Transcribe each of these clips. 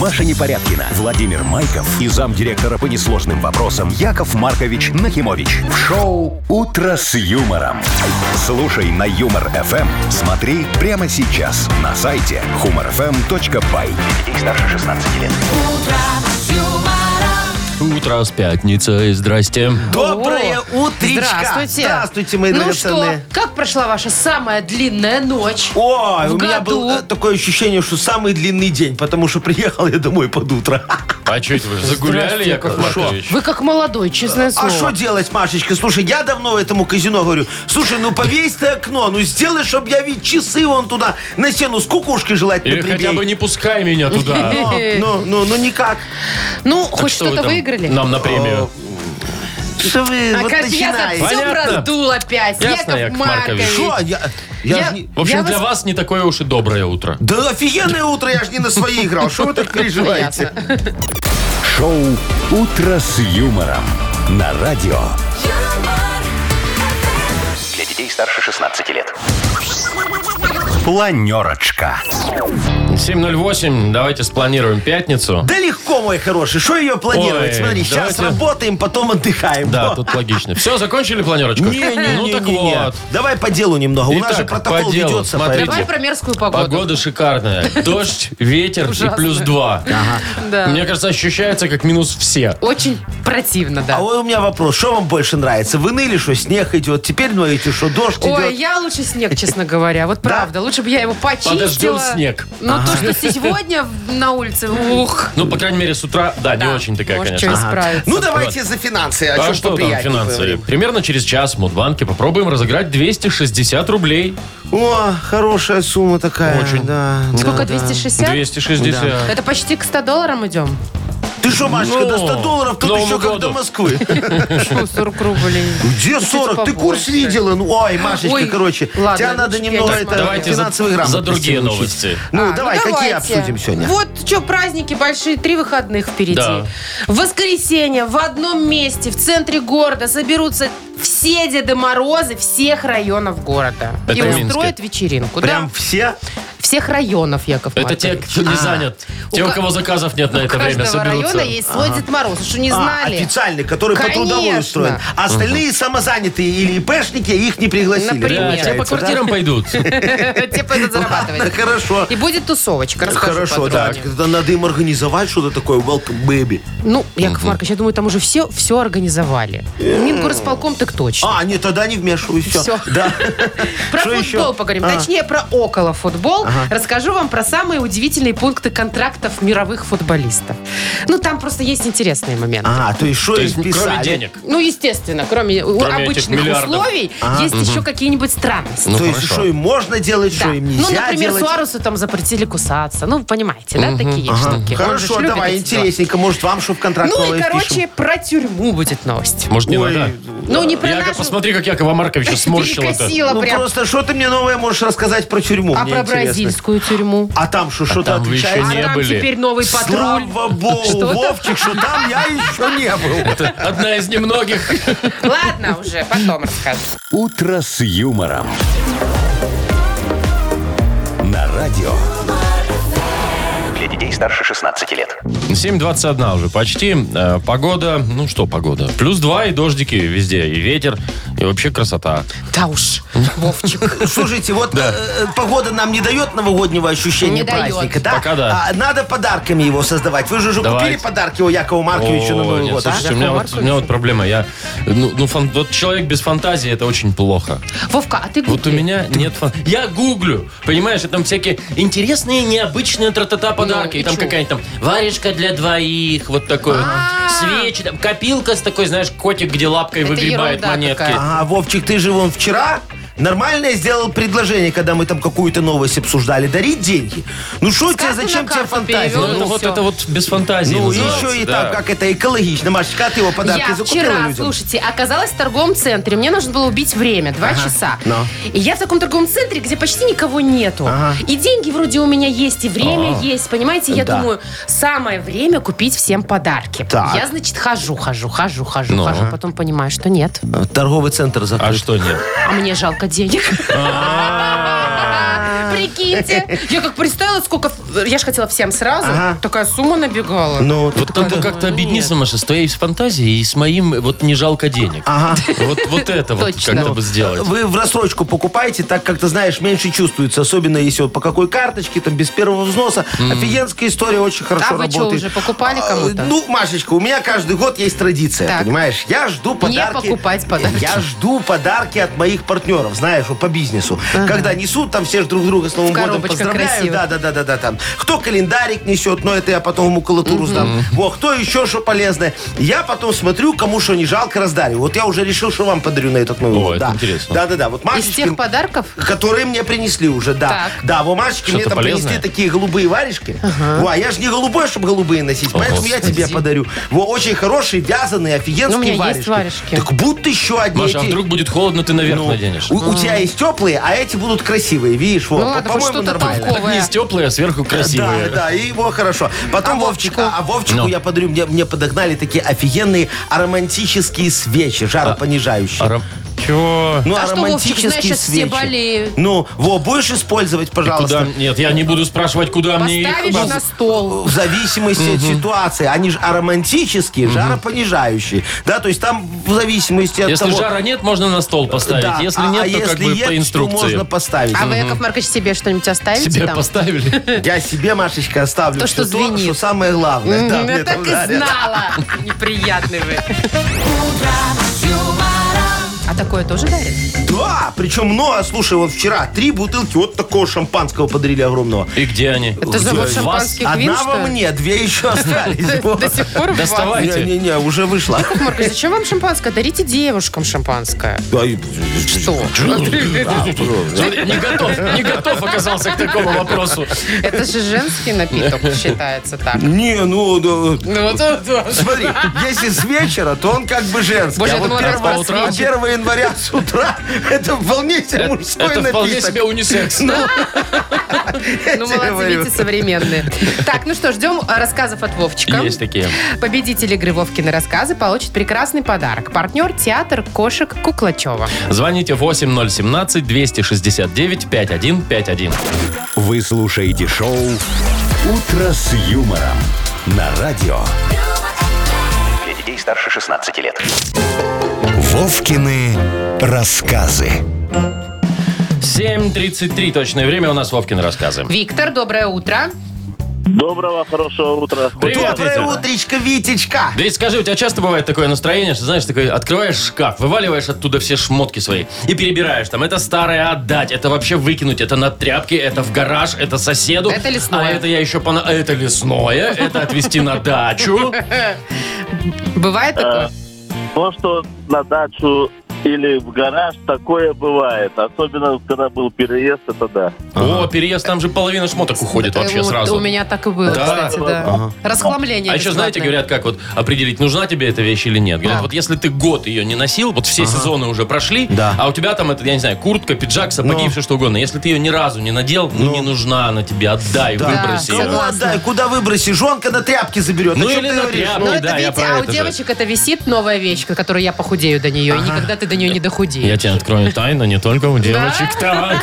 Маша Непорядкина, Владимир Майков и замдиректора по несложным вопросам Яков Маркович Нахимович. В шоу «Утро с юмором». Слушай на «Юмор-ФМ». Смотри прямо сейчас на сайте humorfm.by. Для детей старше 16 лет. Утро с пятницей. Здрасте. Доброе О, утречко! Здравствуйте. Здравствуйте, мои Ну что, драгоценные. как прошла ваша самая длинная ночь? Ой, в у меня году? было э, такое ощущение, что самый длинный день, потому что приехал я домой под утро. А что это вы загуляли, Яков Маркович? Вы как молодой, честное А слово. что делать, Машечка? Слушай, я давно этому казино говорю, слушай, ну повесь ты окно, ну сделай, чтобы я ведь часы вон туда на стену с кукушкой желательно Или хотя бы прибей. не пускай меня туда. Ну, ну, ну никак. Ну, Так хоть что вы что-то там выиграли? Нам на премию. Что вы А вот как же я начинаете? за все Понятно. продул опять. Ясно, Яков Маркович. Что? Я, я Я- ж не- В общем, Я для вас- вас не такое уж и доброе утро. Да офигенное утро, я же не на свои играл. Что вы так переживаете? Шоу «Утро с юмором» на радио. Для детей старше 16 лет. Планерочка. 7.08, давайте спланируем пятницу. Да легко, мой хороший. Что ее планировать? Ой, Смотри, сейчас давайте. работаем, потом отдыхаем. Да, Во. тут логично. Все, закончили планерочку? Не-не-не-не-не. Ну так вот. Давай по делу немного. У нас Итак, же по протокол делу. ведется. Смотрите. Давай про мерзкую погоду. Погода шикарная. Дождь, ветер и Ужасно. плюс два. Да. Мне кажется, ощущается как минус все. Очень противно, А да. вот у меня вопрос. Что вам больше нравится? Вы ныли, что снег идет? Теперь ноете, что дождь Ой, идет? я лучше снег, честно говоря. Вот правда. Лучше бы я его почистила. Подождем снег. Но то, что сегодня в- на улице, ух. Ну, по крайней мере, с утра, да, не да, очень такая, может, конечно. что исправить. Ну, давайте за финансы. О А чем что там поприятнее финансы? поговорим. Примерно через час в Мудбанке попробуем разыграть 260 рублей. О, хорошая сумма такая. Очень. Ну, Да, да, да. Сколько, 260? 260. Это почти к 100 долларам идем. Ты что, Машечка, Ну, до 100 долларов к тут Новому еще как году. до Москвы. Что, 40 рублей. Где 40? Ты курс побольше. видела? Ну, ой, Машечка, Ой, короче, ладно, тебя надо лучше я немного не это, смотрю. Давайте за, финансовой за грамотности другие научить. новости. Ну, А, давай, какие давайте. обсудим сегодня? Вот что, праздники большие, три выходных впереди. Да. В воскресенье в одном месте, в центре города, соберутся все Деды Морозы всех районов города. Это и в Минске. устроят вечеринку. Прям да. все? Всех районов, Яков Это те, Маркович. кто не занят. Те, у ка- кого заказов нет на У это время, каждого соберутся. района есть свой Дед Мороз. Вы Что, не А, знали? официальный, который Конечно. по трудовой устроен. А остальные самозанятые или ИПшники их не пригласили. Например. Да, те по получается, да? квартирам пойдут. Те пойдут Да, зарабатывать. Хорошо. И будет тусовочка. Расскажу Хорошо, подробнее. да. Тогда Надо им организовать что-то такое. Welcome, baby. Ну, Яков Маркович, я думаю, там уже все, все организовали. Э. Мингорсполком так точно. А, нет, тогда не вмешиваюсь. Все. Всё. Да. Про Что футбол еще? поговорим. А. Точнее, про около футбол. Расскажу вам про самые удивительные пункты контрактов мировых футболистов. Ну, там просто есть интересные моменты. А, то есть что То есть, им кроме писали? денег. Ну, естественно, кроме, у- Кроме этих обычных миллиардов. условий, А, есть еще какие-нибудь странности. Ну, То есть хорошо. что им можно делать, что Да. им Ну, нельзя например, делать? Суарусу там запретили кусаться. Ну, вы понимаете, да, такие штуки. Он же ж Хорошо, любит давай, эти дела. интересненько. Может, вам что в контракт Ну и, новое короче, впишем? про про тюрьму будет новость. Может, не Ой, надо? Ну, не про Яков, нашу... посмотри, как Якова Марковича сморщило-то. перекосила Ну, прям. просто что ты мне новое можешь рассказать про тюрьму? А Мне про интересно. бразильскую тюрьму? А там что, что-то там вы еще отличается? А не там были. теперь новый патруль. Слава богу, Что там? Вовчик, что там я еще не был. Это одна из немногих. Ладно уже, потом расскажу. «Утро с юмором». На радио. Для детей старше 16 лет. 7.21 уже почти. Э, Погода, ну что погода? Плюс 2 и дождики везде, и ветер, и вообще красота. Да уж, Вовчик. Слушайте, вот э, э, погода нам не дает новогоднего ощущения Не дает. праздника, да? Пока да. А, надо подарками его создавать. Вы же уже Давайте. купили подарки у Якова Марковича на О, Новый нет, год, слушайте, а? у меня Яков вот- у меня вот проблема. Я, ну, ну, фан- вот человек без фантазии, это очень плохо. Вовка, а ты Вот у гугли. меня нет фан... Я гуглю, понимаешь, и там всякие интересные, необычные тра-та-та Ну, подарки. и и там чё? какая-нибудь там варежка для двоих, вот такой вот. Свечи, там, копилка с такой, знаешь, котик, где лапкой Это выгребает ерунда монетки. какая. А, Вовчик, ты же вон вчера нормальное сделал предложение, когда мы там какую-то новость обсуждали. Дарить деньги? Ну что тебе, карты на зачем тебе карту фантазия? Ну, перевел. Ну, это вот, всё. это вот без фантазии Ну, называется, еще и да. там, как это экологично. Машечка, а ты его подарки Я закупила вчера, людям? слушайте, оказалась в торговом центре. Мне нужно было убить время, два часа. ну. И я в таком торговом центре, где почти никого нету. И деньги вроде у меня есть, и время есть. Понимаете, я А. Да. думаю, самое время купить всем подарки. Так. Я, значит, хожу, хожу, хожу, хожу, Ну. хожу. Потом понимаю, что нет. Торговый центр А закрыт. что нет? А мне жалко денег. прикиньте. Я как представила, сколько... Я же хотела всем сразу. Ага. Такая сумма набегала. Ну, Вот надо как-то объединиться, Маша, с твоей фантазией и с моим вот не жалко денег. Ага. Вот, вот это вот Точно. как-то бы сделать. Вы в рассрочку покупаете, так как ты знаешь, меньше чувствуется. Особенно если вот по какой карточке, там без первого взноса. Офигенская история очень хорошо А вы что, работает. уже покупали кому-то? А, Ну, Машечка, у меня каждый год есть традиция, Так. понимаешь? Я жду подарки. покупать подарки. Я жду подарки от моих партнеров, знаешь, вот по бизнесу. Когда несут, там все ж друг друга с Новым В годом коробочках поздравляют. красивых. Да, да, да, да, да, там. Кто календарик несет, но это я потом ему макулатуру сдам. Во, кто еще что полезное. Я потом смотрю, кому что не жалко, раздарю. Вот я уже решил, что вам подарю на этот Новый О, год. это да. интересно. Да, да, да. Вот Из тех Машечкин, подарков? которые мне принесли уже, да. Так. Да, во Машечке мне Что-то там полезное? принесли такие голубые варежки. Во, а я же не голубой, чтобы голубые носить. поэтому я Господи. тебе подарю. Во, очень хорошие, вязаные, Ну, у меня офигенские есть варежки. варежки. Так будут еще одни Маша, а эти- вдруг будет холодно, ты наверх Ну, наденешь. У, у тебя есть теплые, а эти будут красивые, видишь? Во, Ну ладно, хоть по-моему, что-то нормально. толковое. Не с теплые, а сверху красивые. Да, да, и его хорошо. Потом А Вовчика, а Вовчику Ну. я подарю, мне, мне подогнали такие офигенные аромантические свечи, жаропонижающие. Арам- Чего? Ну, А что, Вовчик, аромантические знаешь, сейчас все свечи. болеют. Ну, во, будешь использовать, пожалуйста? Куда? Нет, я не буду спрашивать, куда мне их. Поставишь на стол. в зависимости от ситуации. Они же аромантические, жаропонижающие. Да, то есть там в зависимости от Если того... жара нет, можно на стол поставить. Да, Если а- нет, а то если как бы есть, по то инструкции. можно поставить. А вы, Яков Маркович, себе что-нибудь оставите Себе там? поставили. Я себе, Машечка, оставлю То, всё что звенит. что самое главное. Да, М, мне Я Ну, так там и жарят. знала. Неприятный вы. А такое тоже дарит? Да, причем много. Слушай, вот вчера три бутылки вот такого шампанского подарили огромного. И где они? Это завод Вас шампанских вин, Одна во что ли? мне, две еще остались. Вот. До сих пор в вас. Доставай. Давайте. Не-не-не, уже вышла. Яков Маркович, зачем вам шампанское? Дарите девушкам шампанское. Да, и- Что? Смотри, Ну, Не готов, не готов оказался к такому вопросу. Это же женский напиток, считается так. Не, ну, да, Ну вот это да. Смотри, если с вечера, то он как бы женский. Боже, а я вот думала, раз по утрам. 1 января с утра это вполне себе мужской Это вполне напиток. себе унисекс. Ну, Я Ну, тебе молодцы, говорю. видите, современные. Так, ну что, ждем э, рассказов от Вовчика. Есть такие. Победитель игры Вовкины рассказы получит прекрасный подарок. Партнер театр кошек Куклачева. Звоните 8017-269-5151. Вы слушаете шоу «Утро с юмором» на радио. Для детей старше 16 лет. Вовкины рассказы. 7.33 точное время у нас Вовкин рассказы. Виктор, доброе утро. Доброго, хорошего утра. Привет, Доброе Витя. утречко, Витечка. Да и скажи, у тебя часто бывает такое настроение, что, знаешь, такой открываешь шкаф, вываливаешь оттуда все шмотки свои и перебираешь там. Это старое отдать, это вообще выкинуть, это на тряпке, это в гараж, это соседу. Это лесное. А это я еще пона... Это лесное, это отвезти на дачу. Э, Бывает такое? То, Ну, а что на дачу или в гараж, такое бывает. Особенно, когда был переезд, это да. О, переезд, там же половина шмоток уходит Э, вообще вот сразу. У меня так и было, Да? кстати, да. Расхламление. А еще, знаете, бесплатное. говорят, как вот определить, нужна тебе эта вещь или нет. Говорят, Как? вот если ты год ее не носил, вот все сезоны уже прошли, Да. а у тебя там, это, я не знаю, куртка, пиджак, сапоги, Ну. все что угодно. Если ты ее ни разу не надел, ну, не нужна она тебе, отдай, Да. выброси Да, ее. Кому Согласна. отдай, куда выброси? Жонка на тряпке заберет. Ну О чем или ты на говоришь? тряпке. Ну, Ой, это да, я видите, про а у это же. девочек это висит новая вещь, к которой я похудею до нее, и никогда ты до нее не дохудеешь. Я тебе открою тайну, не только у девочек так.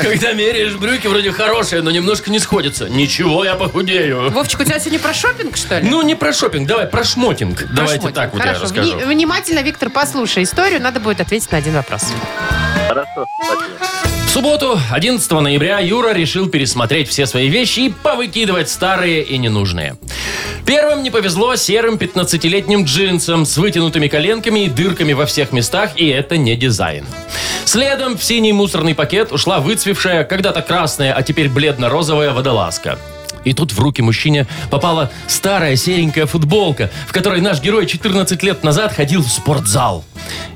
Когда меряешь брюки, вроде хорошие, но немножко не сходятся. Ничего, я похудею. Вовчик, у тебя сегодня про шопинг, что ли? Ну, не про шопинг, давай, про шмотинг. Давайте Шмотинг. так вот я Хорошо. расскажу. Вни- Внимательно, Виктор, послушай историю. Надо будет ответить на один вопрос. Хорошо, спасибо. В субботу, 11 ноября, Юра решил пересмотреть все свои вещи и повыкидывать старые и ненужные. Первым не повезло серым 15-летним джинсам с вытянутыми коленками и дырками во всех местах, и это не дизайн. Следом в синий мусорный пакет ушла выцвевшая, когда-то красная, а теперь бледно-розовая водолазка. И тут в руки мужчине попала старая серенькая футболка, в которой наш герой 14 лет назад ходил в спортзал.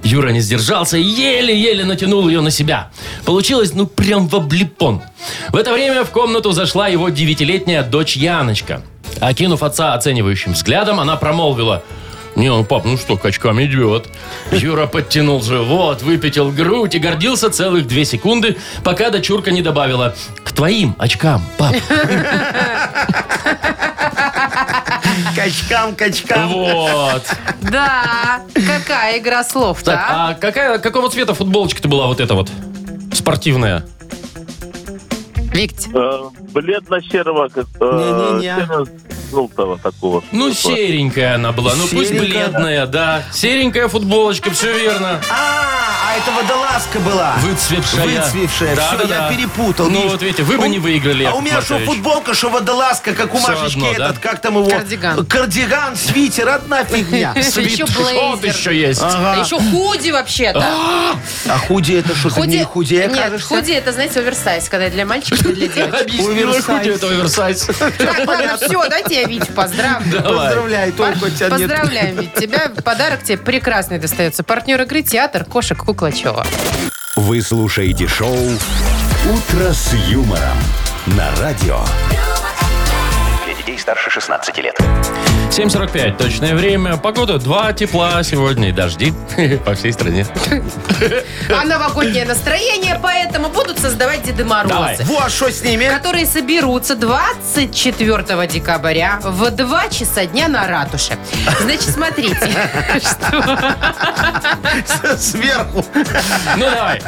Юра не сдержался и еле-еле натянул ее на себя. Получилось, ну, прям в облепон. В это время в комнату зашла его девятилетняя дочь Яночка. Окинув отца оценивающим взглядом, она промолвила – не, ну, пап, ну что, качками идет. Юра подтянул живот, выпятил грудь и гордился целых две секунды, пока дочурка не добавила «К твоим очкам, пап». Качкам, качкам. Вот. Да, какая игра слов, Так, да? а какая, какого цвета футболочка-то была вот эта вот? Спортивная. Виктор. Э, бледно-серого. как, э, Не-не-не. серо-желтого такого. Ну, Такого. серенькая она была. Ну, пусть Серенькая. бледная, да. Серенькая футболочка, все верно. А, а это водолазка была. Выцветшая. Выцветшая. Да, Всё, да, я да. перепутал. Ну, видишь. вот видите, вы бы У- не выиграли, А у Яков меня что, Маркович. футболка, что водолазка, как у Всё Машечки одно, да? этот, как там его? Кардиган. Кардиган, свитер, одна фигня. Еще Вот блейзер. еще есть. А еще худи вообще-то. А худи это что, ты не худее Нет, кажешься? худи это, знаете, оверсайз, когда для мальчиков и для девочек. Объяснила, Оверсайз. хуй Ну, это оверсайз. Так, ладно, все, дайте я Витю поздравлю. Давай. Поздравляй, только тебя нет. Поздравляем, Вить. Тебя подарок тебе прекрасный достается. Партнер игры «Театр кошек Куклачева». Вы слушаете шоу «Утро с юмором» на радио. Для детей старше 16 лет. 7.45, точное время. Погода 2, тепла сегодня и дожди по всей стране. А новогоднее настроение, поэтому будут создавать Деды Давай. Морозы. Во, что с ними? которые соберутся 24 декабря в 2 часа дня на ратуше. Значит, смотрите. Сверху. Ну, давай.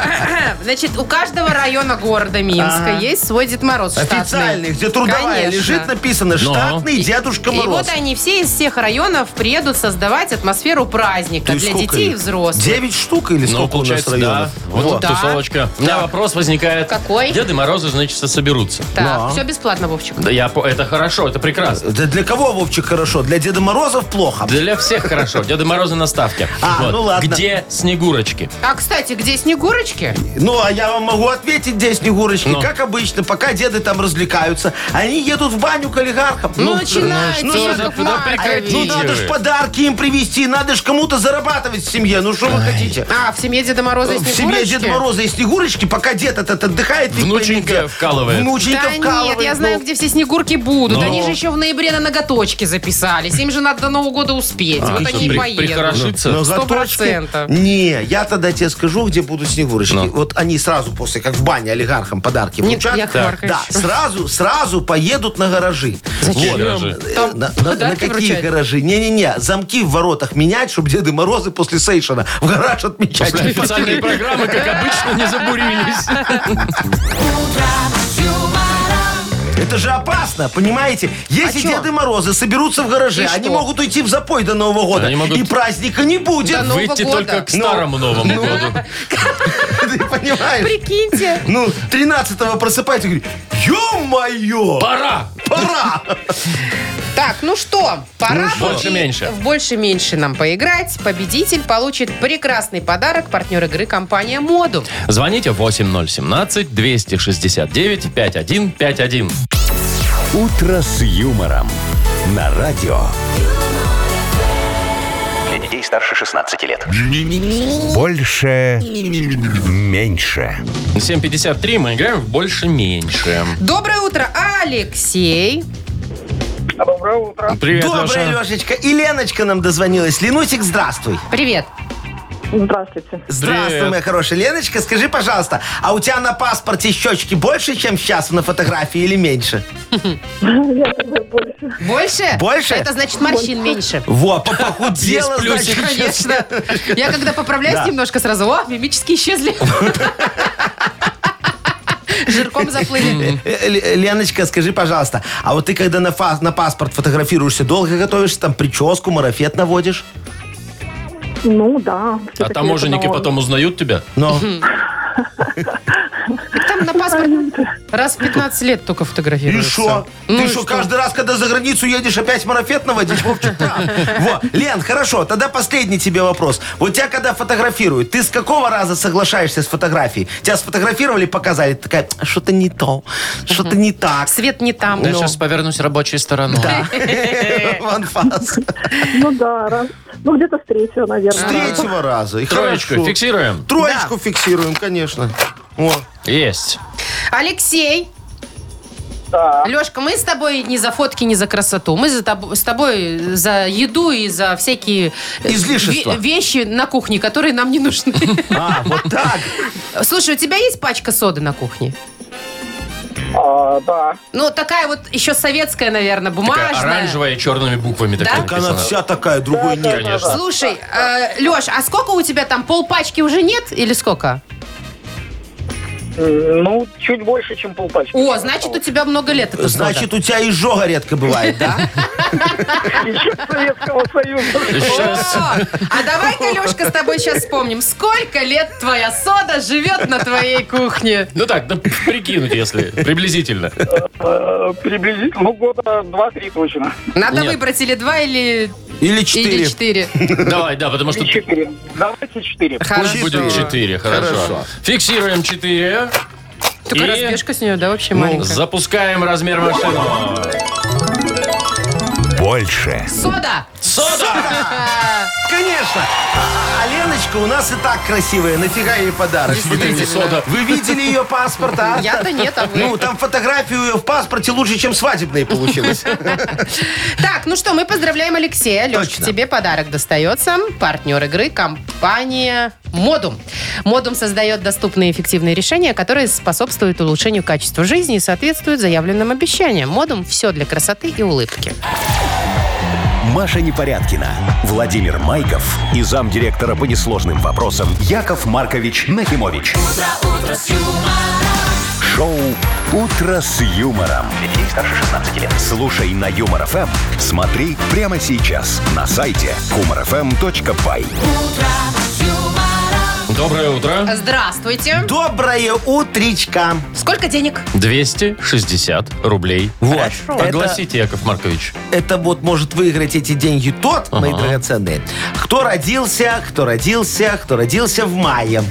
Значит, у каждого района города Минска Ага. есть свой Дед Мороз штатный. Официальный, где трудовая Конечно. лежит, написано Но. «Штатный Дедушка И вот Мороз». они все из всех районов приедут создавать атмосферу праздника То есть для сколько детей и их? взрослых. Девять штук Ну, или сколько у нас получается, да. районов? Вот Во. тут тусовочка. У меня Так. вопрос возникает. Какой? Деды Морозы, значит, соберутся. Так, все бесплатно, Вовчик. Да я... по- Это хорошо, это прекрасно. Да для кого, Вовчик, хорошо? Для Деда Морозов плохо. Для всех хорошо. Деды Морозы на ставке. А, ну ладно. Где Снегурочки? А, кстати, где Снегурочки? Ну, а я вам могу ответить здесь, Снегурочки. Ну. Как обычно, пока деды там развлекаются, они едут в баню к олигархам. Ну, начинается, ну, что Яков за- да Маркович. прекратите. Ну, надо же подарки им привезти, надо же кому-то зарабатывать в семье. Ну, что вы хотите? А, в семье Деда Мороза и В Снегурочки? семье Деда Мороза и Снегурочки, пока дед этот отдыхает. ведь Внученька поймите, вкалывает. Внученька Да вкалывает. нет, я ну. знаю, где все снегурки будут. Ну. Они же еще в ноябре на ноготочки записались. Им же надо до Нового года А, успеть. вот что, они и при- поедут. прихорошиться? Но Сто заточки- процентов. Не, я тогда тебе скажу, где будут снегурочки. Ну. Вот они сразу после, как в бане олигархам подарки Нет, вручат. Яков да, Маркович. да, сразу, сразу поедут на гаражи. Где Вот. гаражи? Там Э, на, на- на подарки какие вручают? гаражи? Не-не-не, замки в воротах менять, чтобы Деды Морозы после Сейшена в гараж отмечать. После официальной ну, программы, как обычно, не забурились. Это же опасно, понимаете? Если А чё? Деды Морозы соберутся в гараже, И они что? могут уйти в запой до Нового года. Они могут- И праздника не будет. Да ну. Нового Выйти года. только к старому Ну. Новому году. Ты понимаешь? Прикиньте. Ну, 13-го просыпается и говорит, ё-моё, Пора! пора. Так, ну что, пора что? бы и Больше-меньше. в больше-меньше нам поиграть. Победитель получит прекрасный подарок партнер игры компания Моду. Звоните 8017-269-5151. «Утро с юмором» на радио. Для детей старше 16 лет. Больше. Меньше. 7.53, мы играем в больше-меньше. Доброе утро, Алексей. Привет, Доброе, Леша. Лешечка. И Леночка нам дозвонилась. Ленусик, здравствуй. Привет. Здравствуйте. Здравствуй, Привет. моя хорошая. Леночка, скажи, пожалуйста, а у тебя на паспорте щечки больше, чем сейчас на фотографии или меньше? Я думаю, больше. Больше? Больше? Это значит морщин меньше. Во, по- похудела, Есть плюсик. значит. Конечно. Я когда поправляюсь Да. немножко сразу, о, мимические исчезли. Жирком заплыли. Э, э, Л- Леночка, скажи, пожалуйста, а вот ты, когда на, фа- на паспорт фотографируешься, долго готовишься, там прическу, марафет наводишь? Ну, да. А всё-таки таможенники это норм. потом узнают тебя? Но Там на паспорт раз в 15 лет только и фотографируются. шо? Ну ты и что, что? каждый раз, когда за границу едешь, опять марафет наводишь? Вовчик, прав. Во. Лен, хорошо, тогда последний тебе вопрос. Вот тебя когда фотографируют, ты с какого раза соглашаешься с фотографией? Тебя сфотографировали, показали, ты такая, «А, что-то не то, что-то не так. Свет не там. Я сейчас повернусь рабочей стороной. Ван Фас. Ну, да. раз- Ну, где-то с третьего, С наверное. третьего раза. И Троечку хорошо. фиксируем. Троечку фиксируем, конечно. О. Есть. Алексей. Лешка, мы с тобой не за фотки, не за красоту. Мы за тоб- с тобой за еду и за всякие э, Излишества. ве- вещи на кухне, которые нам не нужны. А, вот так. Слушай, у тебя есть пачка соды на кухне? А, да. Ну, такая вот еще советская, наверное, бумажная. Такая оранжевая черными буквами Да? такая Так она написана. вся такая, другой нет. Конечно. Слушай, э, Леш, а сколько у тебя там? Полпачки уже нет или сколько? Ну, чуть больше, чем полпачки. О, значит, у тебя много лет это Значит, у тебя изжога редко бывает, да? Еще Советского Союза. Сейчас. О, а давай-ка, Лешка, с тобой сейчас вспомним, сколько лет твоя сода живет на твоей кухне? Ну так, да, прикинуть, если приблизительно. Э, Приблизительно, ну, года два-три точно. Надо Нет. выбрать или два, или, Или или четыре. четыре. Давай, да, потому что И четыре. Давайте четыре. Хорошо. пусть будет четыре. Хорошо. Хорошо. Фиксируем четыре. Такая И- разбежка с нее, да, Ну, вообще маленькая. Запускаем размер машины. Больше. Сода! Сода! А, Конечно. А, а Леночка у нас и так красивая. Нафига ей подарок? Смотрите, сода. Вы видели ее паспорт, а? Я-то нет, а вы? Ну, там фотографию ее в паспорте лучше, чем свадебные получилось. Так, ну что, мы поздравляем Алексея. Лешка, Точно. тебе подарок достается. Партнер игры – компания «Модум». «Модум» создает доступные и эффективные решения, которые способствуют улучшению качества жизни и соответствуют заявленным обещаниям. «Модум» – все для красоты и улыбки. Маша Непорядкина, Владимир Майков и замдиректора по несложным вопросам Яков Маркович Нахимович. Шоу Утро с юмором. Детей старше 16 лет. Слушай на Юмор ФМ. Смотри прямо сейчас на сайте humorfm.by. Доброе утро. Здравствуйте. Доброе утречко. Сколько денег? 260 рублей. Вот. Это, Огласите, Яков Маркович. это вот может выиграть эти деньги тот, мои драгоценные, кто родился, кто родился, кто родился в мае.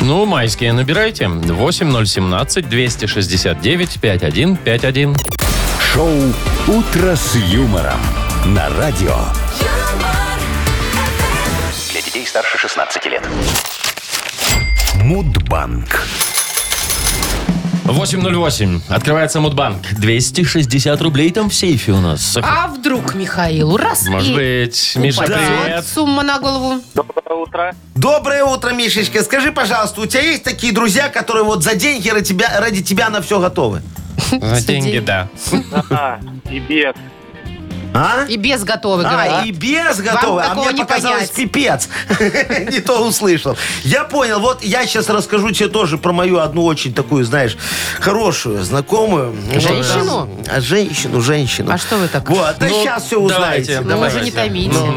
Ну, майские набирайте. 8017 269 5151. Шоу Утро с юмором на радио. Для детей старше 16 лет. Мудбанк. 808. Открывается Мудбанк. 260 рублей там в сейфе у нас. А вдруг Михаилу раз Может и... быть, Миша, упадет привет. Сумма на голову. Доброе утро. Доброе утро, Мишечка. Скажи, пожалуйста, у тебя есть такие друзья, которые вот за деньги ради тебя, ради тебя на все готовы? За деньги, деньги. да. Да, и без. А? И без готовы, А, говори. и без готовы. А такого мне не показалось понять. пипец. Не то услышал. Я понял. Вот я сейчас расскажу тебе тоже про мою одну очень такую, знаешь, хорошую, знакомую. Женщину? А, Женщину, женщину. А что вы так? Вот, да Ну, сейчас все давайте, узнаете. Ну, давайте. уже не томите. Ну,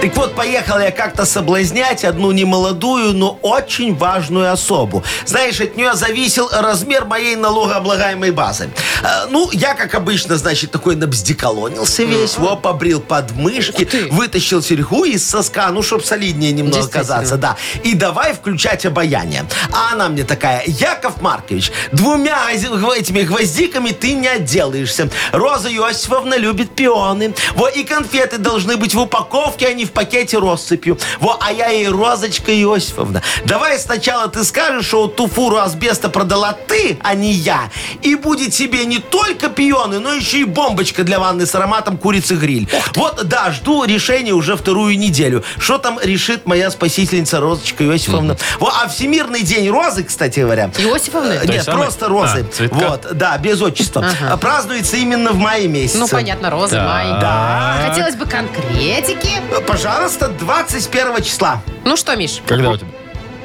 Так вот, поехал я как-то соблазнять одну немолодую, но очень важную особу. Знаешь, от нее зависел размер моей налогооблагаемой базы. Э, ну, я, как обычно, значит, такой набздеколонился весь, во, побрил подмышки, вытащил серьгу из соска, ну, чтоб солиднее немного Действительно. казаться, да. И давай включать обаяние. А она мне такая, Яков Маркович, двумя гвозди- гв- этими гвоздиками ты не отделаешься. Роза Иосифовна любит пионы. Во, и конфеты должны быть в упаковке, а не в пакете россыпью. Во, а я ей Розочка Иосифовна. Давай сначала ты скажешь, что вот ту фуру асбеста продала ты, а не я. И будет тебе не только пионы, но еще и бомбочка для ванны с ароматом курицы гриль. Вот, да, жду решения уже вторую неделю. Что там решит моя спасительница Розочка Иосифовна? Во, а Всемирный день розы, кстати говоря, Иосифовны? Э, Той Нет, самой? просто розы. А, цветка? вот, да, без отчества. Ага. А Празднуется именно в мае месяце. Ну, понятно, розы, Да. май. Да. Хотелось бы конкретики. Э, Пожалуйста, 21 числа. Ну что, Миш? Когда у тебя?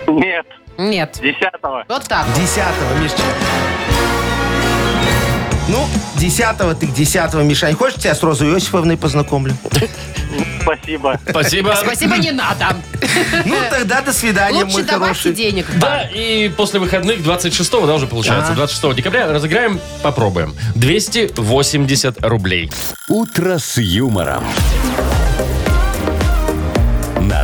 Нет, Нет. десятого. Вот так. 10 Мишечка. Ну, 10 ты к 10 Мишань. Хочешь, тебя с Розой Иосифовной познакомлю? Спасибо. Спасибо. Спасибо, не надо. Ну, тогда до свидания, Лучше мой давайте хороший. денег. Да, и после выходных 26-го, да, уже получается, 26 декабря разыграем, попробуем. 280 рублей. Утро с юмором. На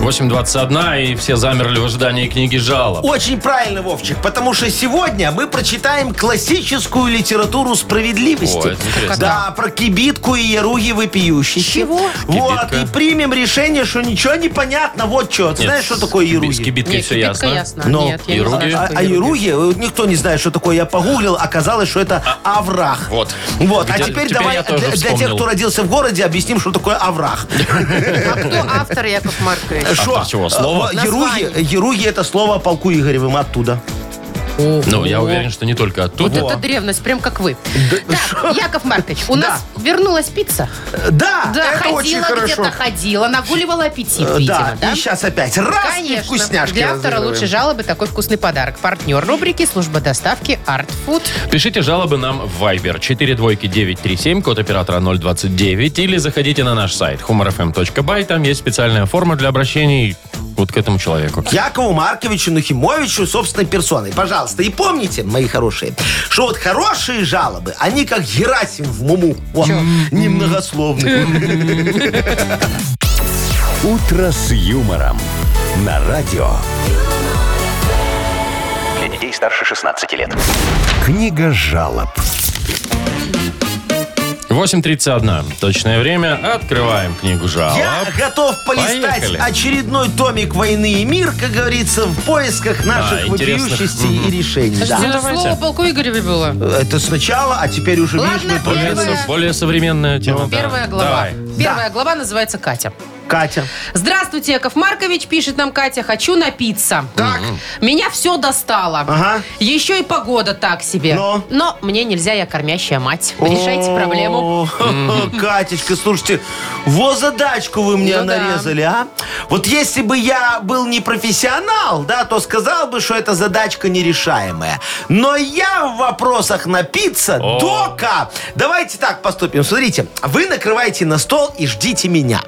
8.21, и все замерли в ожидании книги жалоб. Очень правильно, Вовчик, потому что сегодня мы прочитаем классическую литературу справедливости. О, это интересно. да, про кибитку и яруги вопиющие. Чего? Вот, Кибитка. и примем решение, что ничего не понятно. Вот что. Ты Нет, знаешь, что такое с киби- С яруги? кибиткой Нет, все кипятка ясно. Ну, Нет, я и не руки. знаю, что А, такое а руки. яруги, э, никто не знает, что такое. Я погуглил, оказалось, что это овраг. А, Вот. Вот, а Где- теперь, теперь я давай тоже для, для тех, вспомнил. кто родился в городе, объясним, что такое овраг. А кто автор, Яков Маркович? Шо? чего, слово? Э, Яруги, Название. яруги это слово о полку Игоревым оттуда. Ну, я уверен, что не только Вот оттуда. это древность, прям как вы. Так, Яков Маркович, у нас вернулась пицца. Да, Да, А, это очень ходила хорошо. где-то, ходила, нагуливала аппетит, Э, видимо, Да, да? и сейчас опять раз и Конечно. вкусняшки Для автора разыгрываем. лучшей жалобы такой вкусный подарок. Партнер рубрики «Служба доставки Art Food». Пишите жалобы нам в Viber 42937, код оператора 029, или заходите на наш сайт humorfm.by, там есть специальная форма для обращений вот к этому человеку. К Якову Марковичу Нахимовичу собственной персоной. Пожалуйста, и помните, мои хорошие, что вот хорошие жалобы, они как Герасим в Муму. О, немногословный. «Утро с юмором» на радио. Для детей старше 16 лет. Книга жалоб. 8.31, точное время, открываем книгу жалоб. Я готов полистать Поехали. очередной томик «Войны и мир», как говорится, в поисках А, наших интересных. вопиющестей и решений. Слушайте, Да. это давайте. слово полку Игореве было. Это сначала, а теперь уже Ладно, видишь, мы Более, полезли. Первая- со- более современная тема. да. Первая глава. Давай. Первая Да. глава называется «Катя». Катя. Здравствуйте, Яков Маркович, пишет нам Катя. Хочу напиться. Так. Меня все достало. Ага. Еще и погода так себе. Но? мне нельзя, я кормящая мать. Решайте проблему. О, Катечка, слушайте, во задачку вы мне Ну да. нарезали, а? Вот если бы я был не профессионал, да, то сказал бы, что это задачка нерешаемая. Но я в вопросах напиться О. дока. Давайте так поступим. Смотрите, вы накрываете на стол и ждите меня.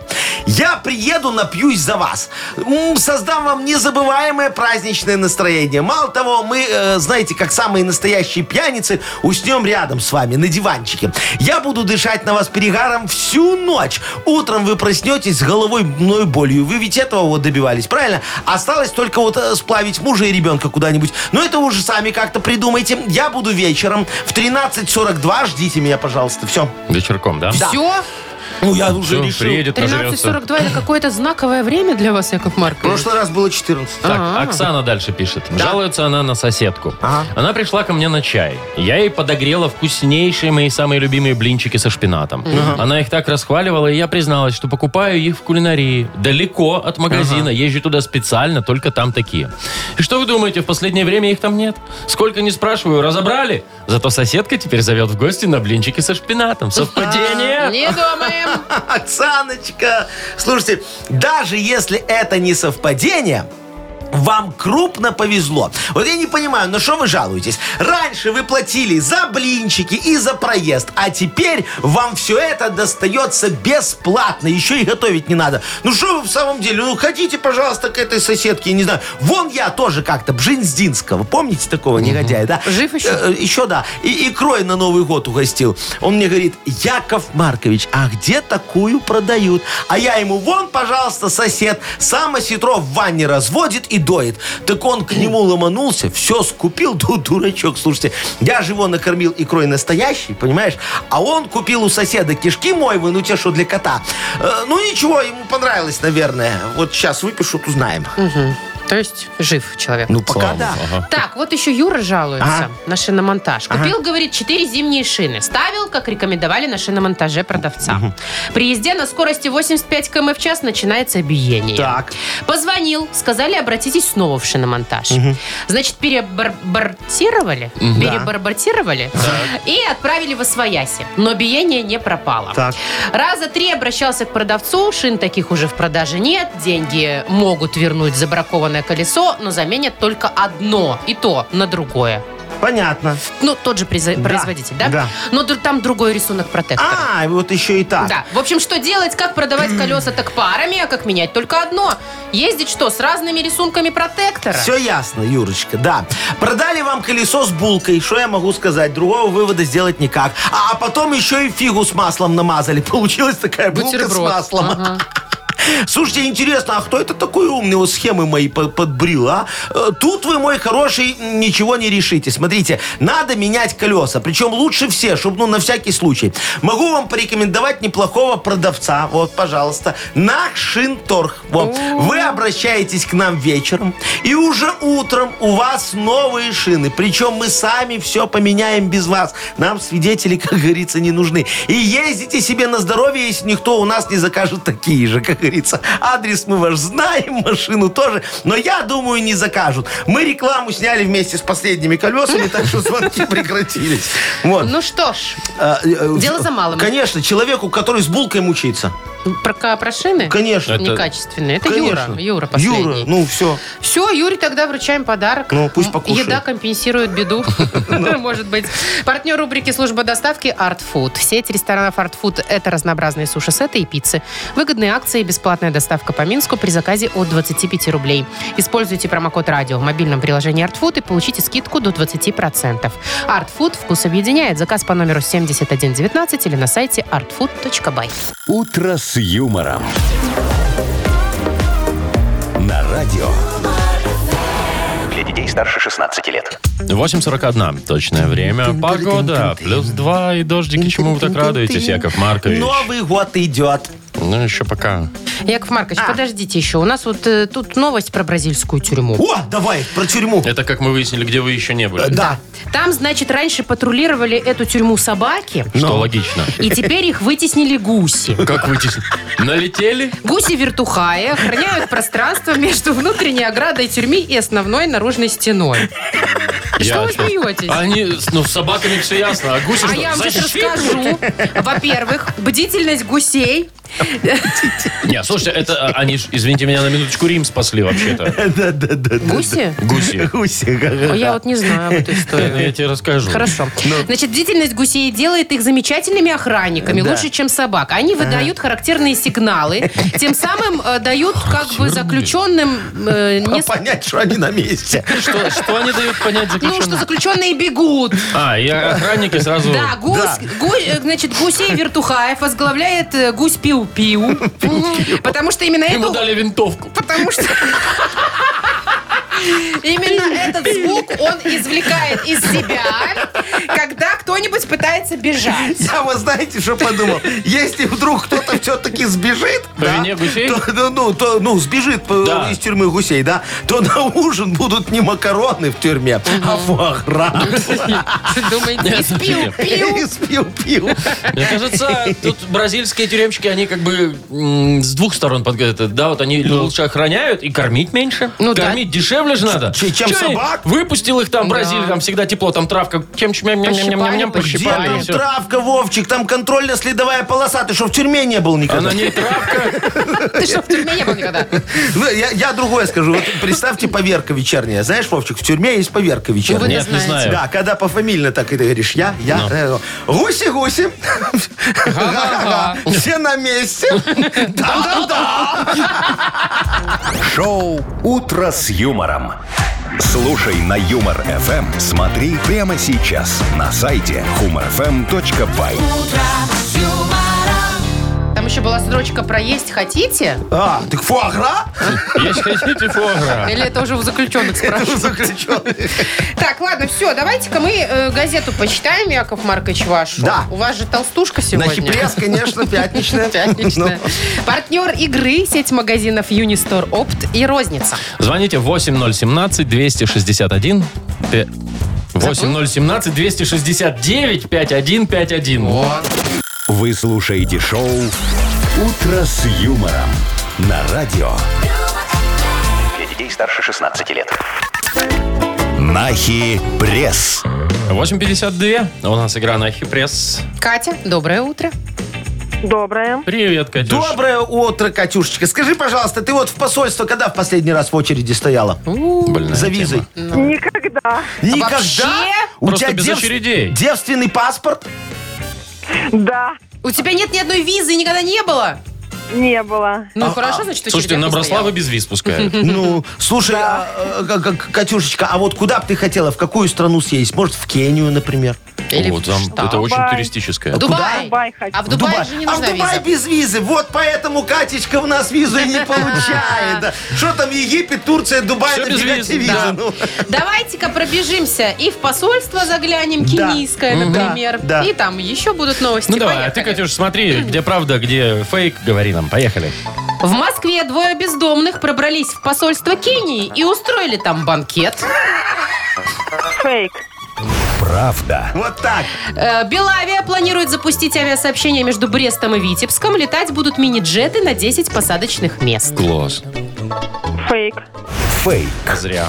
Я приеду, напьюсь за вас. М, Создам вам незабываемое праздничное настроение. Мало того, мы, э, знаете, как самые настоящие пьяницы, уснем рядом с вами на диванчике. Я буду дышать на вас перегаром всю ночь. Утром вы проснетесь с головой мной болью. Вы ведь этого вот добивались, правильно? Осталось только вот э, сплавить мужа и ребенка куда-нибудь. Но это уже сами как-то придумайте. Я буду вечером в 13.42. Ждите меня, пожалуйста. Все. Вечерком, да? Да. Все? Ну, я уже Всё, решил. приедет, нажрется. 13.42 это какое-то знаковое время для вас, Яков В Маркович. прошлый раз было 14. Так, А-а. Оксана дальше пишет. Жалуется она на соседку. Ага. Она пришла ко мне на чай. Я ей подогрела вкуснейшие мои самые любимые блинчики со шпинатом. Она их так расхваливала, и я призналась, что покупаю их в кулинарии. Далеко от магазина. Езжу туда специально, только там такие. И что вы думаете, в последнее время их там нет? Сколько не спрашиваю, разобрали? Зато соседка теперь зовет в гости на блинчики со шпинатом. Совпадение? Не думаем. Оксаночка, слушайте, даже если это не совпадение, вам крупно повезло. Вот я не понимаю, на что вы жалуетесь? Раньше вы платили за блинчики и за проезд, а теперь вам все это достается бесплатно. Еще и готовить не надо. Ну что вы в самом деле? Ну ходите, пожалуйста, к этой соседке, я не знаю. Вон я тоже как-то, Бжинздинского. Помните такого негодяя, да? Жив еще? Э, Э, еще да, и икрой на Новый год угостил. Он мне говорит, Яков Маркович, а где такую продают? А я ему, вон, пожалуйста, сосед, сам осетро в ванне разводит и доит. Так он к нему ломанулся, все скупил, ду- дурачок, слушайте. Я же его накормил икрой настоящий, понимаешь? А он купил у соседа кишки мойвы, ну те, что для кота. Э, ну ничего, ему понравилось, наверное. Вот сейчас выпишут, узнаем. То есть жив человек. Ну пока да. Так, вот еще Юра жалуется Ага. на шиномонтаж. Купил, говорит, 4 зимние шины. Ставил, как рекомендовали на шиномонтаже продавца. При езде на скорости 85 км в час начинается биение. Так. Позвонил, сказали, обратитесь снова в шиномонтаж. Значит, перебарбортировали, перебарбортировали и отправили в Освояси. Но биение не пропало. Так. Раза три обращался к продавцу, шин таких уже в продаже нет, деньги могут вернуть забракованное колесо, но заменят только одно, и то на другое. Понятно. Ну, тот же приза- производитель, да? да. Но ду- там другой рисунок протектора. А, вот еще и так. Да. В общем, что делать, как продавать колеса так парами, а как менять только одно? Ездить что, с разными рисунками протектора? Все ясно, Юрочка, да. Продали вам колесо с булкой, что я могу сказать? Другого вывода сделать никак. А, а потом еще и фигу с маслом намазали. Получилась такая булка с Бутерброд. маслом. Ага. Слушайте, интересно, а кто это такой умный? Вот схемы мои по- подбрил, а? Э, Тут вы, мой хороший, м, ничего не решите. Смотрите, надо менять колеса. Причем лучше все, чтобы, ну, на всякий случай. Могу вам порекомендовать неплохого продавца. Вот, пожалуйста. На Шинторг. Вот. Вы обращаетесь к нам вечером, и уже утром у вас новые шины. Причем мы сами все поменяем без вас. Нам свидетели, как говорится, не нужны. И ездите себе на здоровье, если никто у нас не закажет такие же, как говорится. лица. Адрес мы ваш знаем, машину тоже, но я думаю, не закажут. Мы рекламу сняли вместе с последними колесами, так что звонки прекратились. Вот. Ну что ж, А, э, э, дело за малым. Конечно, человеку, который с булкой мучается. про, ка- про шины? Конечно. Это- Некачественные. Это Конечно. Юра. Юра последний. Юра, ну все. Все, Юре тогда вручаем подарок. Ну, пусть М, покушает. Еда компенсирует беду. Может быть. Партнер рубрики «Служба доставки» Art Food. Сеть ресторанов Art Food – это разнообразные суши-сеты и пиццы. Выгодные акции и бесплатная доставка по Минску при заказе от 25 рублей. Используйте промокод «Радио» в мобильном приложении Art Food и получите скидку до 20%. Art Food – вкус объединяет. Заказ по номеру 7119 или на сайте artfood.by. «Утро с юмором». На радио. Для детей старше 16 лет. 8.41 точное время. Погода плюс 2 и дождики. Чему вы так радуетесь, Яков Маркович? Новый год идет. Ну, еще пока. Яков Маркович, подождите еще. У нас вот э, тут новость про бразильскую тюрьму. О, давай, про тюрьму. Это как мы выяснили, где вы еще не были. Э, Да. Там, значит, раньше патрулировали эту тюрьму собаки, Что логично. и теперь их вытеснили гуси. Как вы здесь налетели? Гуси вертухаи охраняют пространство между внутренней оградой тюрьмы и основной наружной стеной. Что вы Ясно. смеетесь? Они, ну, с собаками все ясно, а гуси А что, я вам сейчас защитники? расскажу. Во-первых, бдительность гусей. Не, слушайте, это а, они, ж, извините меня, на минуточку Рим спасли вообще-то. Гуси? Гуси. Гуси. Я вот не знаю об этой истории. Я тебе расскажу. Хорошо. Значит, бдительность гусей делает их замечательными охранниками, Да. лучше, чем собак. Они выдают характерные сигналы, тем самым э, дают как бы заключенным э, не с- А Понять, что они на месте. Что, что они дают понять ну, что заключенным? заключенные бегут. А, и охранники сразу... Да, гусь, Да. гу- э, значит, гусей Вертухаев возглавляет э, гусь Пиу-Пиу, потому что именно Ему эту дали винтовку. Потому что... Именно этот звук он извлекает из себя, когда кто-нибудь пытается бежать. Я вот знаете, что подумал? Если вдруг кто-то все-таки сбежит, По да, вине гусей? то- ну, ну, то, ну, сбежит по- Да. из тюрьмы гусей, да, то на ужин будут не макароны в тюрьме, а фуагра. Что думаете? Нет, Из пиу, пиу. Из пиу-пиу. Мне кажется, тут бразильские тюремщики, они как бы м, с двух сторон подготовят. Да, вот они Ну. лучше охраняют и кормить меньше. Ну да. кормить дешевле же надо. Ч- чем Чё они? собак? Выпустил их там, Да. Бразилия, там всегда тепло, там травка. Чем чем- ням- ням- ням- ням- ням- Пощипали, Где пощипали, и там все. травка, Вовчик? Там контрольно-следовая полоса. Ты что, в тюрьме не был никогда? Она не травка. Ты что, в тюрьме не был никогда? Ну, я, я другое скажу. Вот представьте поверка вечерняя. Знаешь, Вовчик, в тюрьме есть поверка Ну, Вы вечерняя. не Нет, не знаете. знаю. Ну. Да, когда пофамильно так и ты говоришь, я, я, э, гуси-гуси, Ага. все на месте, да-да-да. Шоу «Утро с юмором». Слушай на Юмор ФМ. Смотри прямо сейчас на сайте humorfm.by. Там еще была строчка про есть хотите? А, так фуагра? Если хотите фуагра. Или это уже у заключенных Это спрашивают? заключенный. Так, ладно, все, давайте-ка мы э, газету почитаем, Яков Маркович, вашу. Да. У вас же толстушка Значит, сегодня. пресс, конечно, пятничная. Пятничная. Ну. Партнер игры сеть магазинов Юнистор Опт и Розница. Звоните 8017-261... 8017-269-5151. Вы слушаете шоу «Утро с юмором» на радио. Для детей старше 16 лет. Нахи пресс. 8.52. У нас игра на Хипресс. Катя, доброе утро. Доброе. Привет, Катюш. Доброе утро, Катюшечка. Скажи, пожалуйста, ты вот в посольство когда в последний раз в очереди стояла? Ну, Больная За тема. визой. Ну. Никогда. Никогда? Вообще? У Просто тебя без девс- очередей. девственный паспорт? Да, У тебя нет ни одной визы, никогда не было? не было. Ну, хорошо, значит, у А, Слушайте, тебя на Брославы без виз пускают. Ну, слушай, а, э, к- к- Катюшечка, а вот куда бы ты хотела, в какую страну съесть? Может, в Кению, например? Или Вот в Ну, там Штат. это очень Дубай. туристическое. Дубай. Дубай хочу. А в Дубае же не А в нужна Дубае виза. без визы. Вот поэтому Катечка у нас визу и не получает. Да. Что там Египет, Турция, Дубай, Всё без нафига виз, тебе виза? да. Ну, Давайте-ка пробежимся и в посольство заглянем, Да. кенийское, Мгм. например. Да, да. И там еще будут новости. Ну давай, а Поехали. ты, Катюш, смотри, где правда, где фейк, говори нам. Поехали. В Москве двое бездомных пробрались в посольство Кении и устроили там банкет. Фейк. Правда. Вот так. Э, Белавия планирует запустить авиасообщение между Брестом и Витебском. Летать будут мини-джеты на 10 посадочных мест. Класс. Фейк. Фейк. Зря.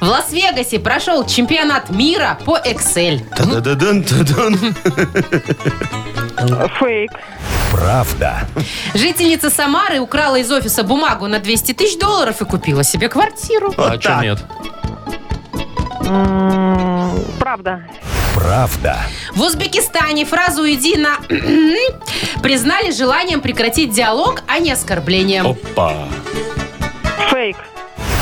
В Лас-Вегасе прошел чемпионат мира по Excel. Та-да-да-дун, та-дун. Фейк. Правда. Жительница Самары украла из офиса бумагу на 200 тысяч долларов и купила себе квартиру. А Вот чё так. нет? М, Правда. Правда. В Узбекистане фразу «иди на...» признали желанием прекратить диалог, а не оскорблением. Опа. Фейк.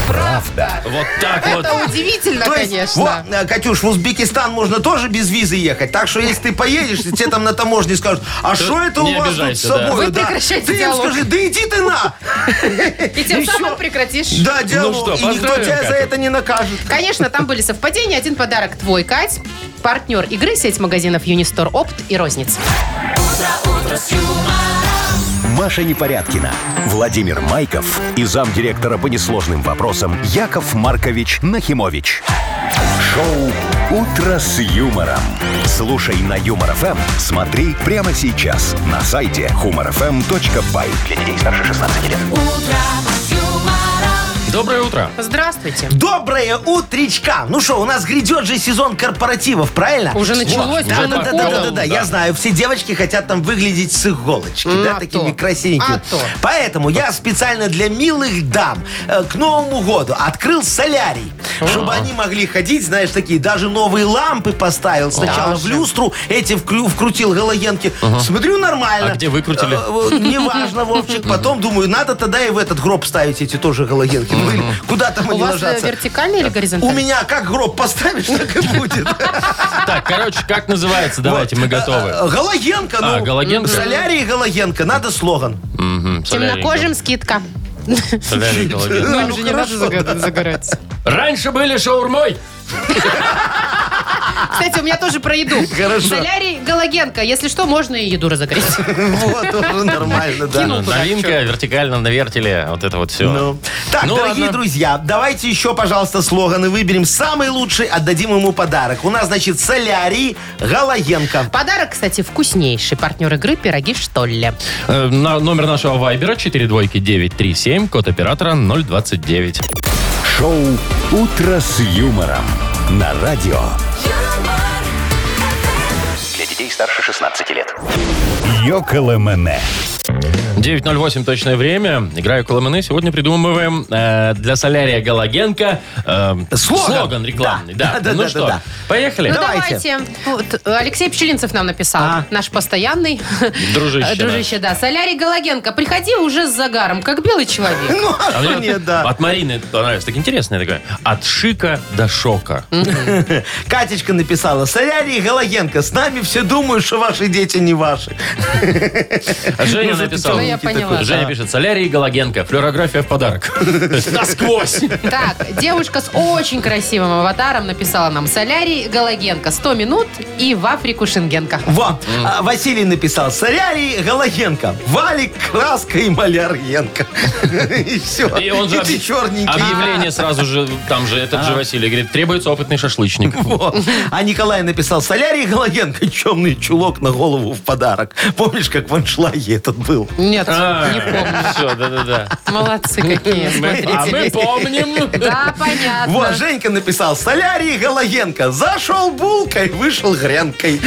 Правда. Вот так вот. Это удивительно, То есть, конечно. вот, э, Катюш, в Узбекистан можно тоже без визы ехать. Так что, если ты поедешь, тебе там на таможне скажут, а что это не у вас тут с обижайся, да. собой? Вы да?» прекращайте Ты им диалог. скажи, да иди ты на! И тем и самым всё. прекратишь. Да, диалог, Ну что, и никто поздравим, тебя за Катя. это не накажет. Конечно, там были совпадения. Один подарок твой, Кать. Партнер игры сеть магазинов Юнистор Опт и Розница. Маша Непорядкина, Владимир Майков и замдиректора по несложным вопросам Яков Маркович Нахимович. Шоу «Утро с юмором». Слушай на Юмор ФМ, смотри прямо сейчас на сайте humorfm.by. Для детей старше 16 лет. Доброе утро. Здравствуйте. Доброе утречка! Ну что, у нас грядет же сезон корпоративов, правильно? Уже началось, уже Да, да, да, да, похоже. да, да, да, я Да. знаю, все девочки хотят там выглядеть с иголочки, да, А такими то. красивенькими. А то. Поэтому я специально для милых дам э, к Новому году открыл солярий, А. чтобы они могли ходить, знаешь, такие, даже новые лампы поставил сначала в люстру, эти вклю- вкрутил галогенки. Смотрю, нормально. А где выкрутили? Э, вот, Неважно, Вовчик. Потом думаю, надо тогда и в этот гроб ставить эти тоже галогенки. Ну, или Куда там У они вас э, ложатся? вертикально или У горизонтально? меня как гроб поставишь, так и будет. Так, короче, как называется? Давайте, мы готовы. А, а, Галогенко, ну. А, Галогенко? Солярий и Галогенко. Надо слоган. Мгм, солярий Темнокожим скидка. голубь, солярий голубь. Ну, Вам же не надо хорошо. загор- загорать. Раньше были шаурмой. Кстати, у меня тоже про еду. Хорошо. Солярий Галогенко. Если что, можно и еду разогреть. Вот, уже нормально, да. Кинул. Ну, куда, Новинка, вертикально на вертеле. Вот это вот все. Ну. Так, Ну, дорогие ладно. друзья, давайте еще, пожалуйста, слоганы выберем. Самый лучший, отдадим ему подарок. У нас, значит, солярий Галогенко. Подарок, кстати, вкуснейший. Партнер игры «Пироги Штолле». Э, на- Номер нашего вайбера 42937, код оператора 029. Шоу «Утро с юмором» на радио Для детей старше 16 лет. «Йоколэмэне». 9.08 точное время. Играю Коломаны. Сегодня придумываем э, для солярия Галогенко э, Слоган. рекламный. Да. Да, да, ну да, что, да, да. поехали. Ну, Давайте. давайте. Вот, э, Алексей Пчелинцев нам написал. А. Наш постоянный. Дружище, Э, Дружище, да. Солярий Галогенко, приходи уже с загаром, как белый человек. Ну, а А мне что вот нет, да. От Марины понравилось. Так интересное такое. От шика до шока. Катечка написала, солярий Галогенко, с нами все думают, что ваши дети не ваши. А Женя написал. Ну, я поняла. Женя пишет, солярий Галогенко, флюорография в подарок. Насквозь. Так, девушка с очень красивым аватаром написала нам. Солярий Галогенко, 100 минут и в Африку Шенгенко. Во, а, Василий написал, солярий Галогенко, валик, краска и маляргенко. И все. И он же И ты А. объ- черненький. Объявление сразу же, там же этот же Василий говорит, требуется опытный шашлычник. Во. А Николай написал солярий Галогенко, темный чулок на голову в подарок. Помнишь, как в аншлаге этот был? Нет, А, не помню. Все, да-да-да. Молодцы какие, А мы смотрите. помним. Да, Вот, понятно. Женька написал, солярий Галогенко, зашел булкой, вышел гренкой.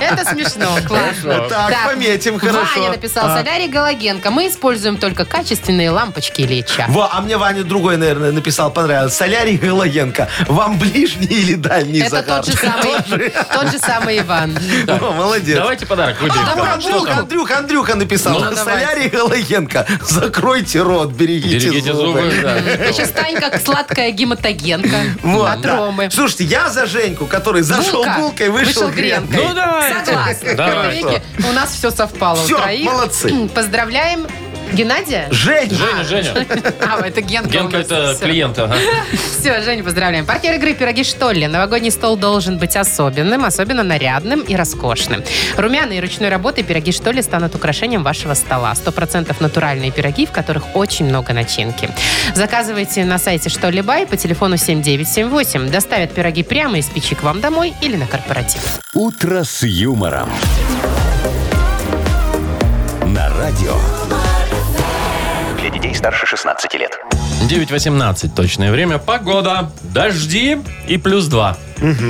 Это смешно, классно. Так, пометим, хорошо. Ваня написал, А. солярий Галогенко. Мы используем только качественные лампочки Ильича. Во, а мне Ваня другой, наверное, написал, понравилось. Солярий Галогенко, вам ближний или дальний Это загар? тот же самый, тот же самый Иван. Во, Молодец. Давайте подарок выберем. А, Там Кому? Андрюха, Что там? Андрюха, Андрюха написал. Ну, солярий Галогенко, закройте рот, берегите, Берегите зубы. да. Я сейчас Тань как сладкая гематогенка. Вот, от да. Ромы. Слушайте, я за Женьку, который зашел Булка. булкой, вышел, Вышел гренкой. гренкой. Ну давайте. Согласна. В Давай. этом веке у нас все совпало у Всё, Ну, троих. молодцы. Поздравляем Геннадия? Жень, Женя, Женя. А, это Генка. Генка это клиент. клиент, ага. Все, Женя, поздравляем. Партнер игры «Пироги Штолли». Новогодний стол должен быть особенным, особенно нарядным и роскошным. Румяные и ручной работы пироги Штолли станут украшением вашего стола. 100% натуральные пироги, в которых очень много начинки. Заказывайте на сайте «Штолли Бай» по телефону 7978. Доставят пироги прямо из печи к вам домой или на корпоратив. «Утро с юмором». На радио. Для детей старше 16 лет. 9.18 точное время. Погода. Дожди и плюс 2.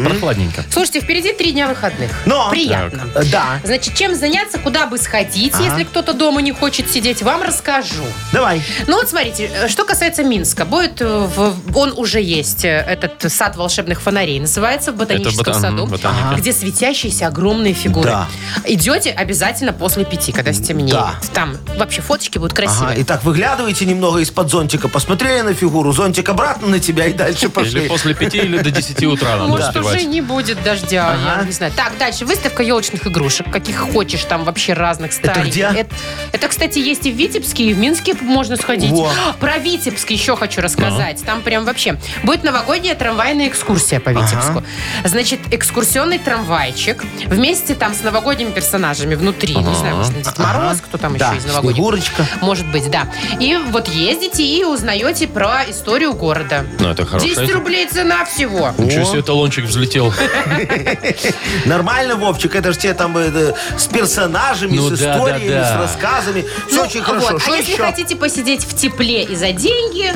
Прохладненько. Слушайте, впереди три дня выходных. Но. Приятно. э, Да, Значит, чем заняться, куда бы сходить, если кто-то дома не хочет сидеть, вам расскажу. давай. Ну вот смотрите, э, что касается Минска, будет, э, в- он уже есть, э, этот сад волшебных фонарей, называется в ботаническом Это ботан- саду, ботаника. где светящиеся огромные фигуры. А. Да. Идете обязательно после пяти, когда стемнеет. Да. Там вообще фоточки будут красивые. Ага, и так выглядываете немного из-под зонтика, посмотрели на фигуру, зонтик обратно на тебя и дальше Или пошли. после 5, или до 10 утра надо Может, уже успевать. не будет дождя, Ага. я не знаю. Так, дальше. Выставка елочных игрушек, каких хочешь, там вообще разных стареньких. где? Это, это, кстати, есть и в Витебске, и в Минске можно сходить. Во. Про Витебск еще хочу рассказать. Там прям вообще... Будет новогодняя трамвайная экскурсия по Витебску. Значит, экскурсионный трамвайчик вместе там с новогодними персонажами внутри. Не знаю, может, Дед Мороз, кто там Да, еще из новогодних. Снегурочка. Может быть, да. И вот ездите и узнаете про историю города. Ну, это хорошая 10 идея. рублей цена всего. Ничего себе, талончик взлетел. Нормально, Вовчик, это же тебе там э, э, с персонажами, Ну с да, да, историями, да. с рассказами. Все Ну, очень хорошо. вот. Что а если еще? хотите посидеть в тепле и за деньги,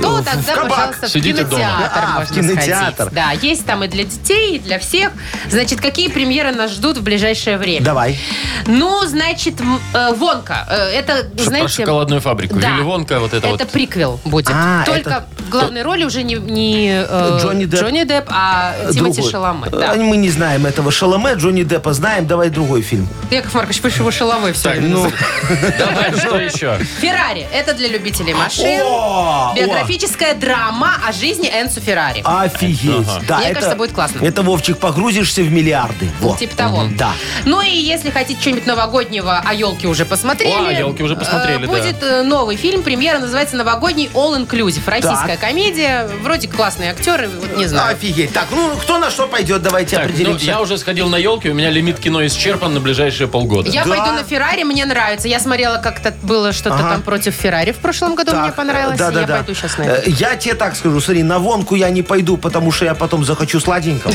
то тогда, кабак. пожалуйста, в Сидите дома. кинотеатр А, в можно кинотеатр. сходить. Да, есть там и для детей, и для всех. Значит, какие премьеры нас ждут в ближайшее время? Давай. Ну, значит, м, э, Вонка. Э, это, Что про знаете... шоколадную фабрику. да. Вилли Вонка, вот это Это вот. приквел будет. А, Только это- в главной роли уже не, не, э, Джонни Депп. а Тимати Другой. Шаламе. Э, Да. Мы не знаем этого Шаломе, Джонни Деппа знаем, давай другой фильм. Яков Маркович, вы же его Шаламе все время ну. называете. Давай, Ну, что еще? Феррари. Это для любителей машин. О, А- о, Биографическая драма о жизни Энсу Феррари. Офигеть. Да, Мне это- кажется, будет классно. Это, Вовчик, погрузишься в миллиарды. Вот. Типа того. Да. Ну и если хотите что-нибудь новогоднего, а елки уже посмотрели. О, «О елке» уже посмотрели, да. Будет э, новый фильм, премьера называется «Новогодний All Inclusive». Российская Так. комедия, вроде классные актеры, вот не знаю. Офигеть. Так, ну кто на что пойдет, давайте Так, ну, определимся. я уже сходил на елки, у меня лимит кино исчерпан на ближайшие полгода. Я Да. пойду на Феррари, мне нравится. Я смотрела, как-то было что-то Ага. там против Феррари в прошлом году, Так, мне понравилось. да, да, я да. пойду сейчас на это. Э, Я тебе так скажу, смотри, на вонку я не пойду, потому что я потом захочу сладенького.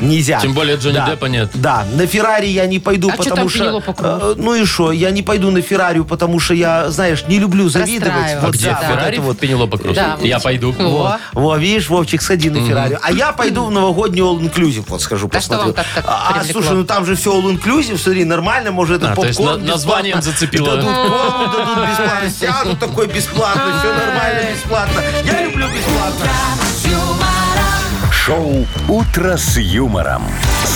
Нельзя. Тем более Джонни Да. Деппа нет. Да, на Феррари я не пойду, А чё там потому что... Пенелопа Круз? э, Ну и что, я не пойду на Феррари, потому что я, знаешь, не люблю завидовать. Расстраиваться, А Вот где да, вот Феррари? это Вот вот. Пенелопа Круз. Да, Я вот. пойду. Во. Во, видишь, Вовчик, сходи на Феррари. А я пойду в новогодний All Inclusive, вот скажу, А что посмотрю. вам так- так А, привлекло? слушай, ну там же все All Inclusive, смотри, нормально, может, это А, то есть на- попкорн названием бесплатно. зацепило. Дадут колу, дадут бесплатно. Сяду такой бесплатный, все нормально, бесплатно. Я люблю бесплатно. Шоу «Утро с юмором».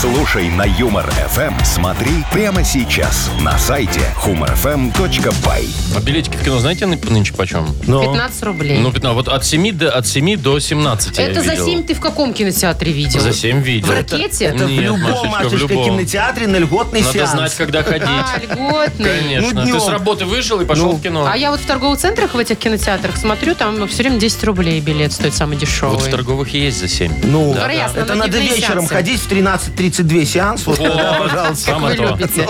Слушай на Юмор ФМ. Смотри прямо сейчас на сайте humorfm.by. А билетики в кино знаете ны- нынче почем? 15 рублей. Ну, 15, вот от 7 до, от 7 до 17 я это за видел. 7 ты в каком кинотеатре видел? За 7 видел. В ракете? Это Нет, в любом, Машечка, в Машечка, любом. кинотеатре на льготный Надо сеанс. знать, когда А, ходить. льготный. Конечно. Ну, Ты днем. с работы вышел и пошел в кино. А я вот в торговых центрах, в этих кинотеатрах смотрю, там все время 10 рублей билет стоит самый дешевый. Вот А в торговых и есть за 7. Ну, Да, да. Ясно, это но не надо в ней вечером сеансы. ходить в 13.32 сеанс. Вот тогда, пожалуйста. Как вы любите.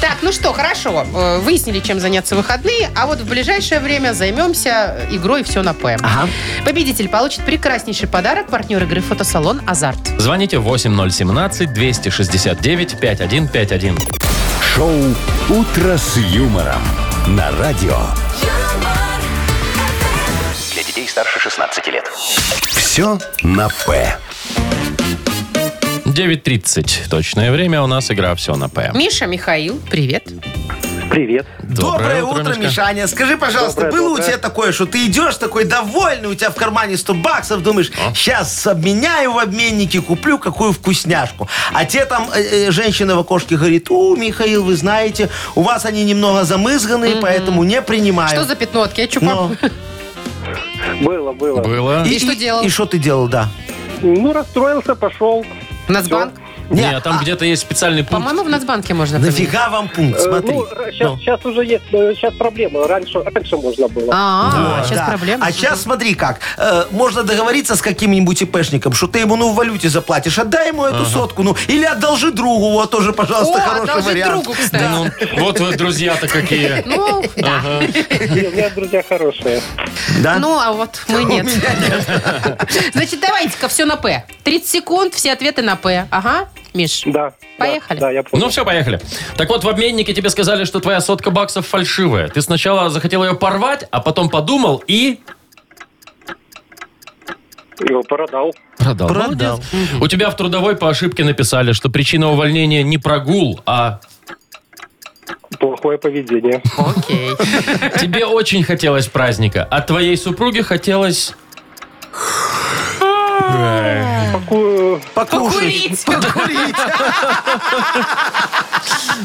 Так, ну что, хорошо. э, Выяснили, чем заняться в выходные, а вот в ближайшее время займемся игрой «Все на П». Ага. Победитель получит прекраснейший подарок партнер игры «Фотосалон Азарт». Звоните 8017-269-5151. Шоу «Утро с юмором» на радио. Для детей старше 16 лет. Все на «П». 9.30. Точное время у нас игра «Все на П». Миша, Михаил, привет. Привет. Доброе, утро, Мишаня. Скажи, пожалуйста, Доброе, было у доброе. тебя такое, что ты идешь такой довольный, у тебя в кармане 100 баксов, думаешь, А? сейчас обменяю в обменнике, куплю какую вкусняшку. А те там э, э, женщина в окошке говорит, у, Михаил, вы знаете, у вас они немного замызганы, поэтому не принимаю. Что за пятно от кетчупа? Но. Было, было. Было. И что делал? И что ты делал, да? Ну, расстроился, пошел. Нацбанк? Не, Не, а там где-то есть специальный пункт. По-моему, в Нацбанке можно поменять. а, Нафига вам Э, пункт, смотри. Ну. сейчас, Ну, уже есть, сейчас проблема. Раньше, раньше можно было. А, Да. сейчас проблема. А сейчас смотри как. Э, можно договориться с каким-нибудь ИПшником, что ты ему ну в валюте заплатишь. Отдай ему эту сотку, ну, или одолжи другу. Вот тоже, пожалуйста, О, хороший одолжить вариант. другу, кстати. Ну, вот вы, друзья-то какие. Ну, да. У меня друзья хорошие. Да? Ну, а вот мы У нет. меня нет. Значит, давайте-ка все на П. 30 секунд, все ответы на П. Ага, Миш. Да. Поехали. Да, я Ну все, поехали. Так вот, в обменнике тебе сказали, что твоя сотка баксов фальшивая. Ты сначала захотел ее порвать, а потом подумал и... Его продал. Продал. Продал. У тебя в трудовой по ошибке написали, что причина увольнения не прогул, а Плохое поведение. Окей. тебе очень хотелось праздника, а твоей супруге хотелось... Поку- Покушай. Покурить. Покурить.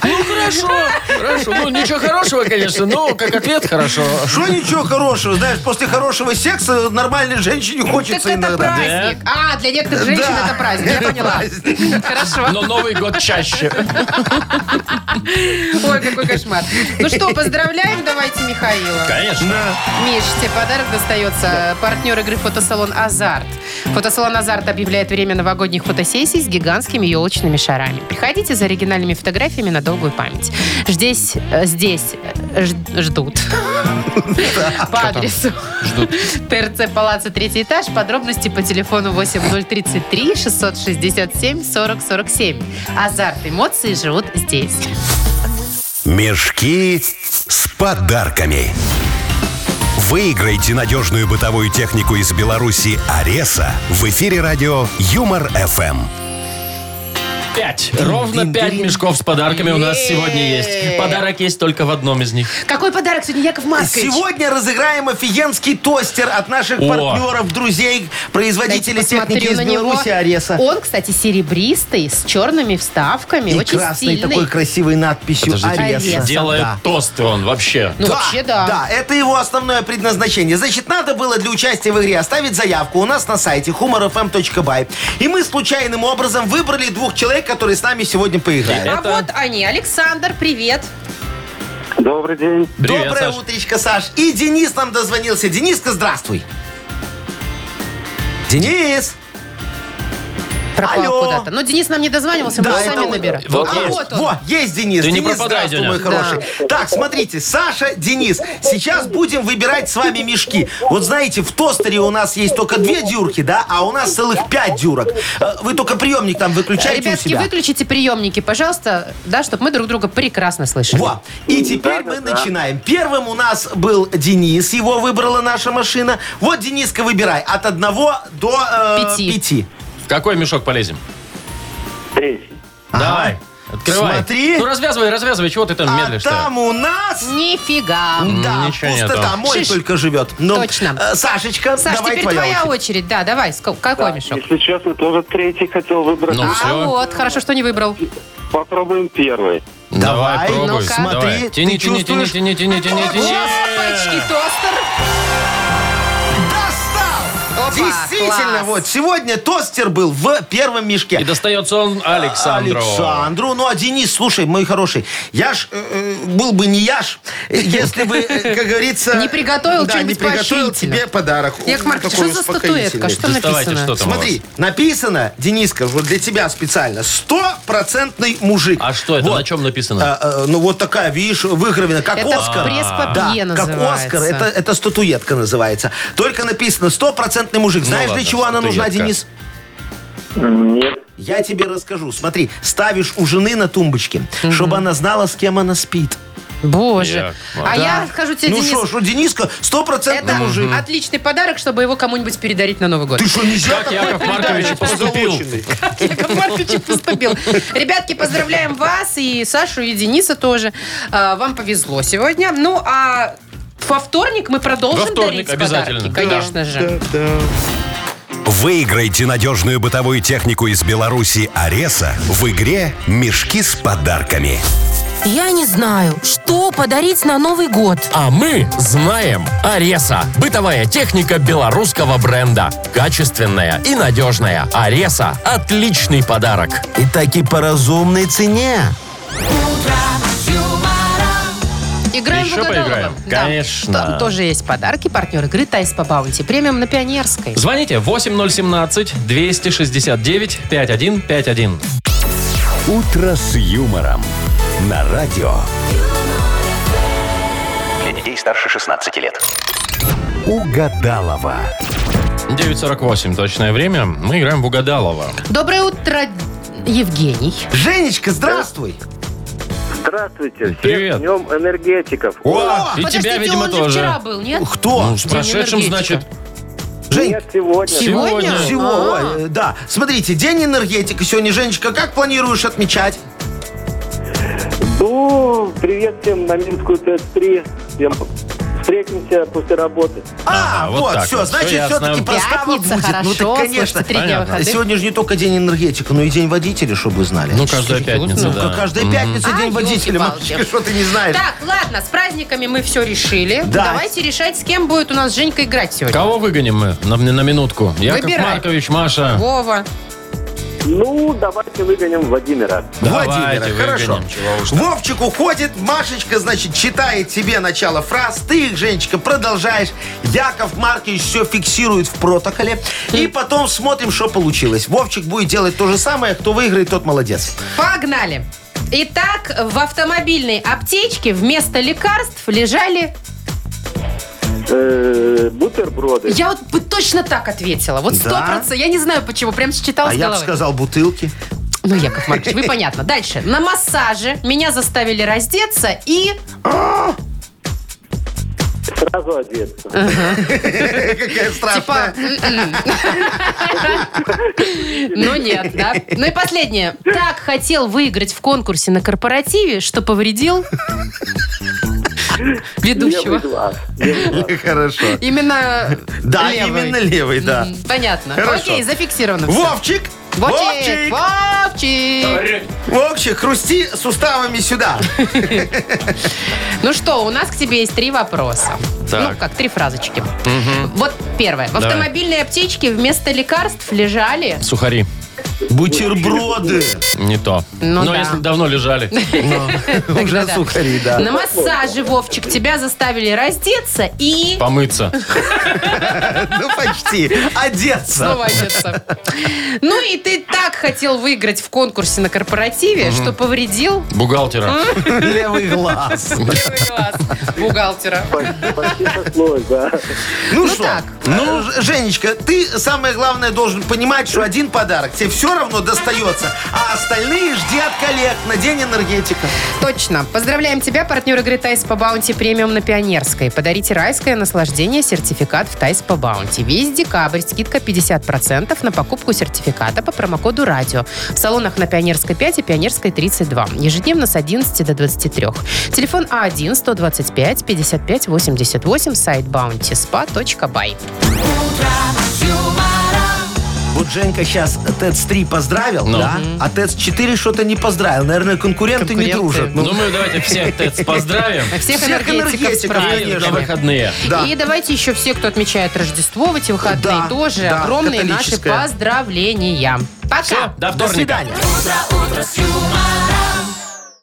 Ну хорошо, хорошо. Ну ничего хорошего, конечно, но как ответ хорошо. Что ничего хорошего, знаешь, после хорошего секса нормальной женщине Так хочется это иногда. праздник. А, для некоторых женщин Да. это праздник, я поняла. Хорошо. Но Новый год чаще. Ой, какой кошмар. Ну что, поздравляем давайте Михаила. Конечно. Миш, тебе подарок достается. Партнер игры «Фотосалон Азарт». «Фотосалон Азарт» объявляет время новогодних фотосессий с гигантскими елочными шарами. Приходите за оригинальными фотографиями на долгую память. Здесь, э, здесь э, ж- ждут. По адресу. Ждут. ТРЦ «Палаца», третий этаж. Подробности по телефону 8033 667 40 47. Азарт, эмоции живут здесь. Мешки с подарками. Выиграйте надежную бытовую технику из Беларуси «Ареса» в эфире радио Эм». «Юмор-ФМ». Пять. Ровно пять мешков с подарками у нас сегодня есть. Подарок есть только в одном из них. Какой подарок сегодня, Яков Маркович? А Сегодня разыграем офигенский тостер от наших О. партнеров, друзей, Дайте производителей посмотрю техники из на него. Беларуси Ареса. Он, кстати, серебристый, с черными вставками, И очень красной стильный. такой красивой надписью Подождите. Ареса. Ареса. Делает Да. тосты он вообще. Ну, вообще, да. Да, это его основное предназначение. Значит, надо было для участия в игре оставить заявку у нас на сайте humorfm.by. И мы случайным образом выбрали двух человек, которые с нами сегодня поиграют. А Это- вот они. Александр, привет. Добрый день. Привет, Доброе Саш. утречко, Саш. И Денис нам дозвонился. Дениска, здравствуй. Денис! Пропал Алло. куда-то. Но Денис нам не дозванивался, Да, мы это сами он. набираем. Вот а есть. вот он. Во, есть Денис. Ты не Денис, пропадай, здравствуй, мой Деня. хороший. Так, смотрите, Саша, Денис, сейчас будем выбирать с вами мешки. Вот знаете, в тостере у нас есть только две дюрки, да, а у нас целых пять дюрок. Э, Вы только приемник там выключайте у Ребятки, себя. выключите приемники, пожалуйста, да, чтобы мы друг друга прекрасно слышали. Во. И теперь мы начинаем. Первым у нас был Денис, его выбрала наша машина. Вот, Дениска, выбирай от одного до э, Пяти. пяти. В какой мешок полезем? Третий. Давай. Открывай. Смотри. Ну развязывай, развязывай. Чего ты там А медлишь-то? там у нас... Нифига. Да, ничего нету. пустота. Мой Шиш. только живет. Ну, Точно. э, Сашечка, Саш, давай теперь твоя твоя очередь. очередь. Да, давай. Ск- Какой мешок? Если честно, тоже третий хотел выбрать. Ну, а все. вот, хорошо, что не выбрал. Попробуем первый. Давай, Давай, пробуй. ну-ка. Давай. Смотри, Тяни, ты тяни, тяни, чувствуешь? тяни, тяни, тяни, тяни. Господи, тостер. Достал! Опа, Действительно, класс. вот сегодня тостер был в первом мешке. И достается он Александру. Александру. Ну, а Денис, слушай, мой хороший, я ж э, э, был бы не я ж, э, если бы, э, как говорится... Не приготовил да, что-нибудь не приготовил поощрительного. тебе подарок. Яков Маркович, Такой что за статуэтка? успокоительный. Что Доставайте, написано? что там у вас. Смотри, написано, Дениска, вот для тебя специально, стопроцентный мужик. А что это? Вот. На чем написано? А, а, ну, вот такая, видишь, выгравина, как Это Оскар. Да, пресс-папье как называется. Оскар, это, это статуэтка называется. Только написано «стопроцентный мужик». Знаешь, Ну ладно, для чего она нужна, статуэтка. Денис? Нет. Я тебе расскажу. Смотри, ставишь у жены на тумбочке, чтобы она знала, с кем она спит. Я- Боже. А Да. я скажу тебе, Ну Денис, что ж, у Дениска стопроцентный это мужик. отличный подарок, чтобы его кому-нибудь передарить на Новый год. Ты что, нельзя Как Яков Маркович и поступил. Яков Маркович и поступил. Ребятки, поздравляем вас и Сашу, и Дениса тоже. А, Вам повезло сегодня. Ну, а во вторник мы продолжим Во вторник дарить подарки, обязательно. конечно же. Выиграйте надежную бытовую технику из Беларуси «Ареса» в игре «Мешки с подарками». Я не знаю, что подарить на Новый год. А мы знаем Ареса. Бытовая техника белорусского бренда. Качественная и надежная. Ареса – отличный подарок. И таки по разумной цене. Играем Еще в угадалово. поиграем? Да. Конечно. Там тоже есть подарки. Партнер игры Тайс по баунти. Премиум на Пионерской. Звоните 8017-269-5151. «Утро с юмором» на радио. Для детей старше 16 лет. Угадалова. 9.48 точное время. Мы играем в Угадалова. Доброе утро, Евгений. Женечка, здравствуй. Здравствуйте. Всех Привет. с днем энергетиков. О, и Подождите, тебя, видимо, он же вчера тоже. был, нет? Кто? Ну, с прошедшим, энергетика. значит, Жень, Нет, сегодня. Сегодня? сегодня. всего. А. ой, э, да, смотрите, день энергетика сегодня. Женечка, как планируешь отмечать? Ну, привет всем на Минскую ТС-3. Всем встретимся после работы. А, Ага, вот вот, так все, вот, всё значит, ясно. все-таки простава Пятница, будет. хорошо. ну, так, конечно. А, А слушайте, три дня понятно. выходных. Сегодня же не только день энергетика, но и день водителя, чтобы вы знали. ну, каждая пятница, Ну, да. как каждая пятница А, день водителя. ёлки-палки. Машечка, что ты не знаешь? Так, ладно, с праздниками мы все решили. Да. Давайте решать, с кем будет у нас Женька играть сегодня. Кого выгоним мы на, на минутку? Яков Выбирай. Маркович, Маша. Вова. Ну, давайте выгоним Владимира. Владимира, Давайте хорошо. выгоним, чего уж там. Вовчик уходит, Машечка, значит, читает тебе начало фраз, ты их, Женечка, продолжаешь. Яков Маркович все фиксирует в протоколе. И Хм. потом смотрим, что получилось. Вовчик будет делать то же самое, кто выиграет, тот молодец. Погнали. Итак, в автомобильной аптечке вместо лекарств лежали... Э, бутерброды. Я вот бы точно так ответила. Вот сто Да? процентов. Я не знаю почему, прям считала А с я бы головы. сказал бутылки. Ну, Яков Маркович, вы понятно. Дальше. На массаже меня заставили раздеться и... Сразу одеться. Типа, Какая страшная. Ну нет, да. Ну и последнее. Так хотел выиграть в конкурсе на корпоративе, что повредил Я ведущего. выигла. Я выигла. Хорошо. Именно Да, левый. именно левый, да. М, Понятно. Хорошо. Окей, зафиксировано. всё. Вовчик! Вовчик! Вовчик! Вовчик, хрусти суставами сюда. Ну что, у нас к тебе есть три вопроса. Так. Ну как, три фразочки. Вот первое. В Давай. автомобильной аптечке вместо лекарств лежали... Сухари. Бутерброды. Не то. Ну Но да. если давно лежали. Уже да. сухари, да. На массаже, Вовчик, тебя заставили раздеться и... Помыться. Ну, почти. Одеться. Снова одеться. Ну и ты так хотел выиграть в конкурсе на корпоративе, что повредил Бухгалтера. Левый глаз. Ну левый глаз бухгалтера. Почти- Почти сошлось, да. Ну, Ну что? так. Ну, Ж- Женечка, ты самое главное должен понимать, что один подарок тебе все равно достается, а остальные жди от коллег на день энергетика. Точно. Поздравляем тебя, партнер игры Тайс по Баунти премиум на Пионерской. Подарите райское наслаждение сертификат в Тайс по Баунти. Весь декабрь скидка 50% на покупку сертификата по промокоду «Радио». В салонах на Пионерской 5 и Пионерской 32. Ежедневно с 11 до 23. Телефон А А1-125-55-88, сайт bountyspa.by. Вот Женька сейчас ТЭЦ-3 поздравил, Ну. да? А ТЭЦ-4 что-то не поздравил. Наверное, конкуренты, не Конкуренты. дружат. Ну, Ну, мы давайте всех ТЭЦ поздравим. Всех, Всех энергетиков, энергетиков, с праздниками. И на выходные. да. И давайте еще все, кто отмечает Рождество в эти выходные, Да, тоже да, огромные наши католическое. поздравления. Пока! Все, до До вторника. свидания. Утро с юмором.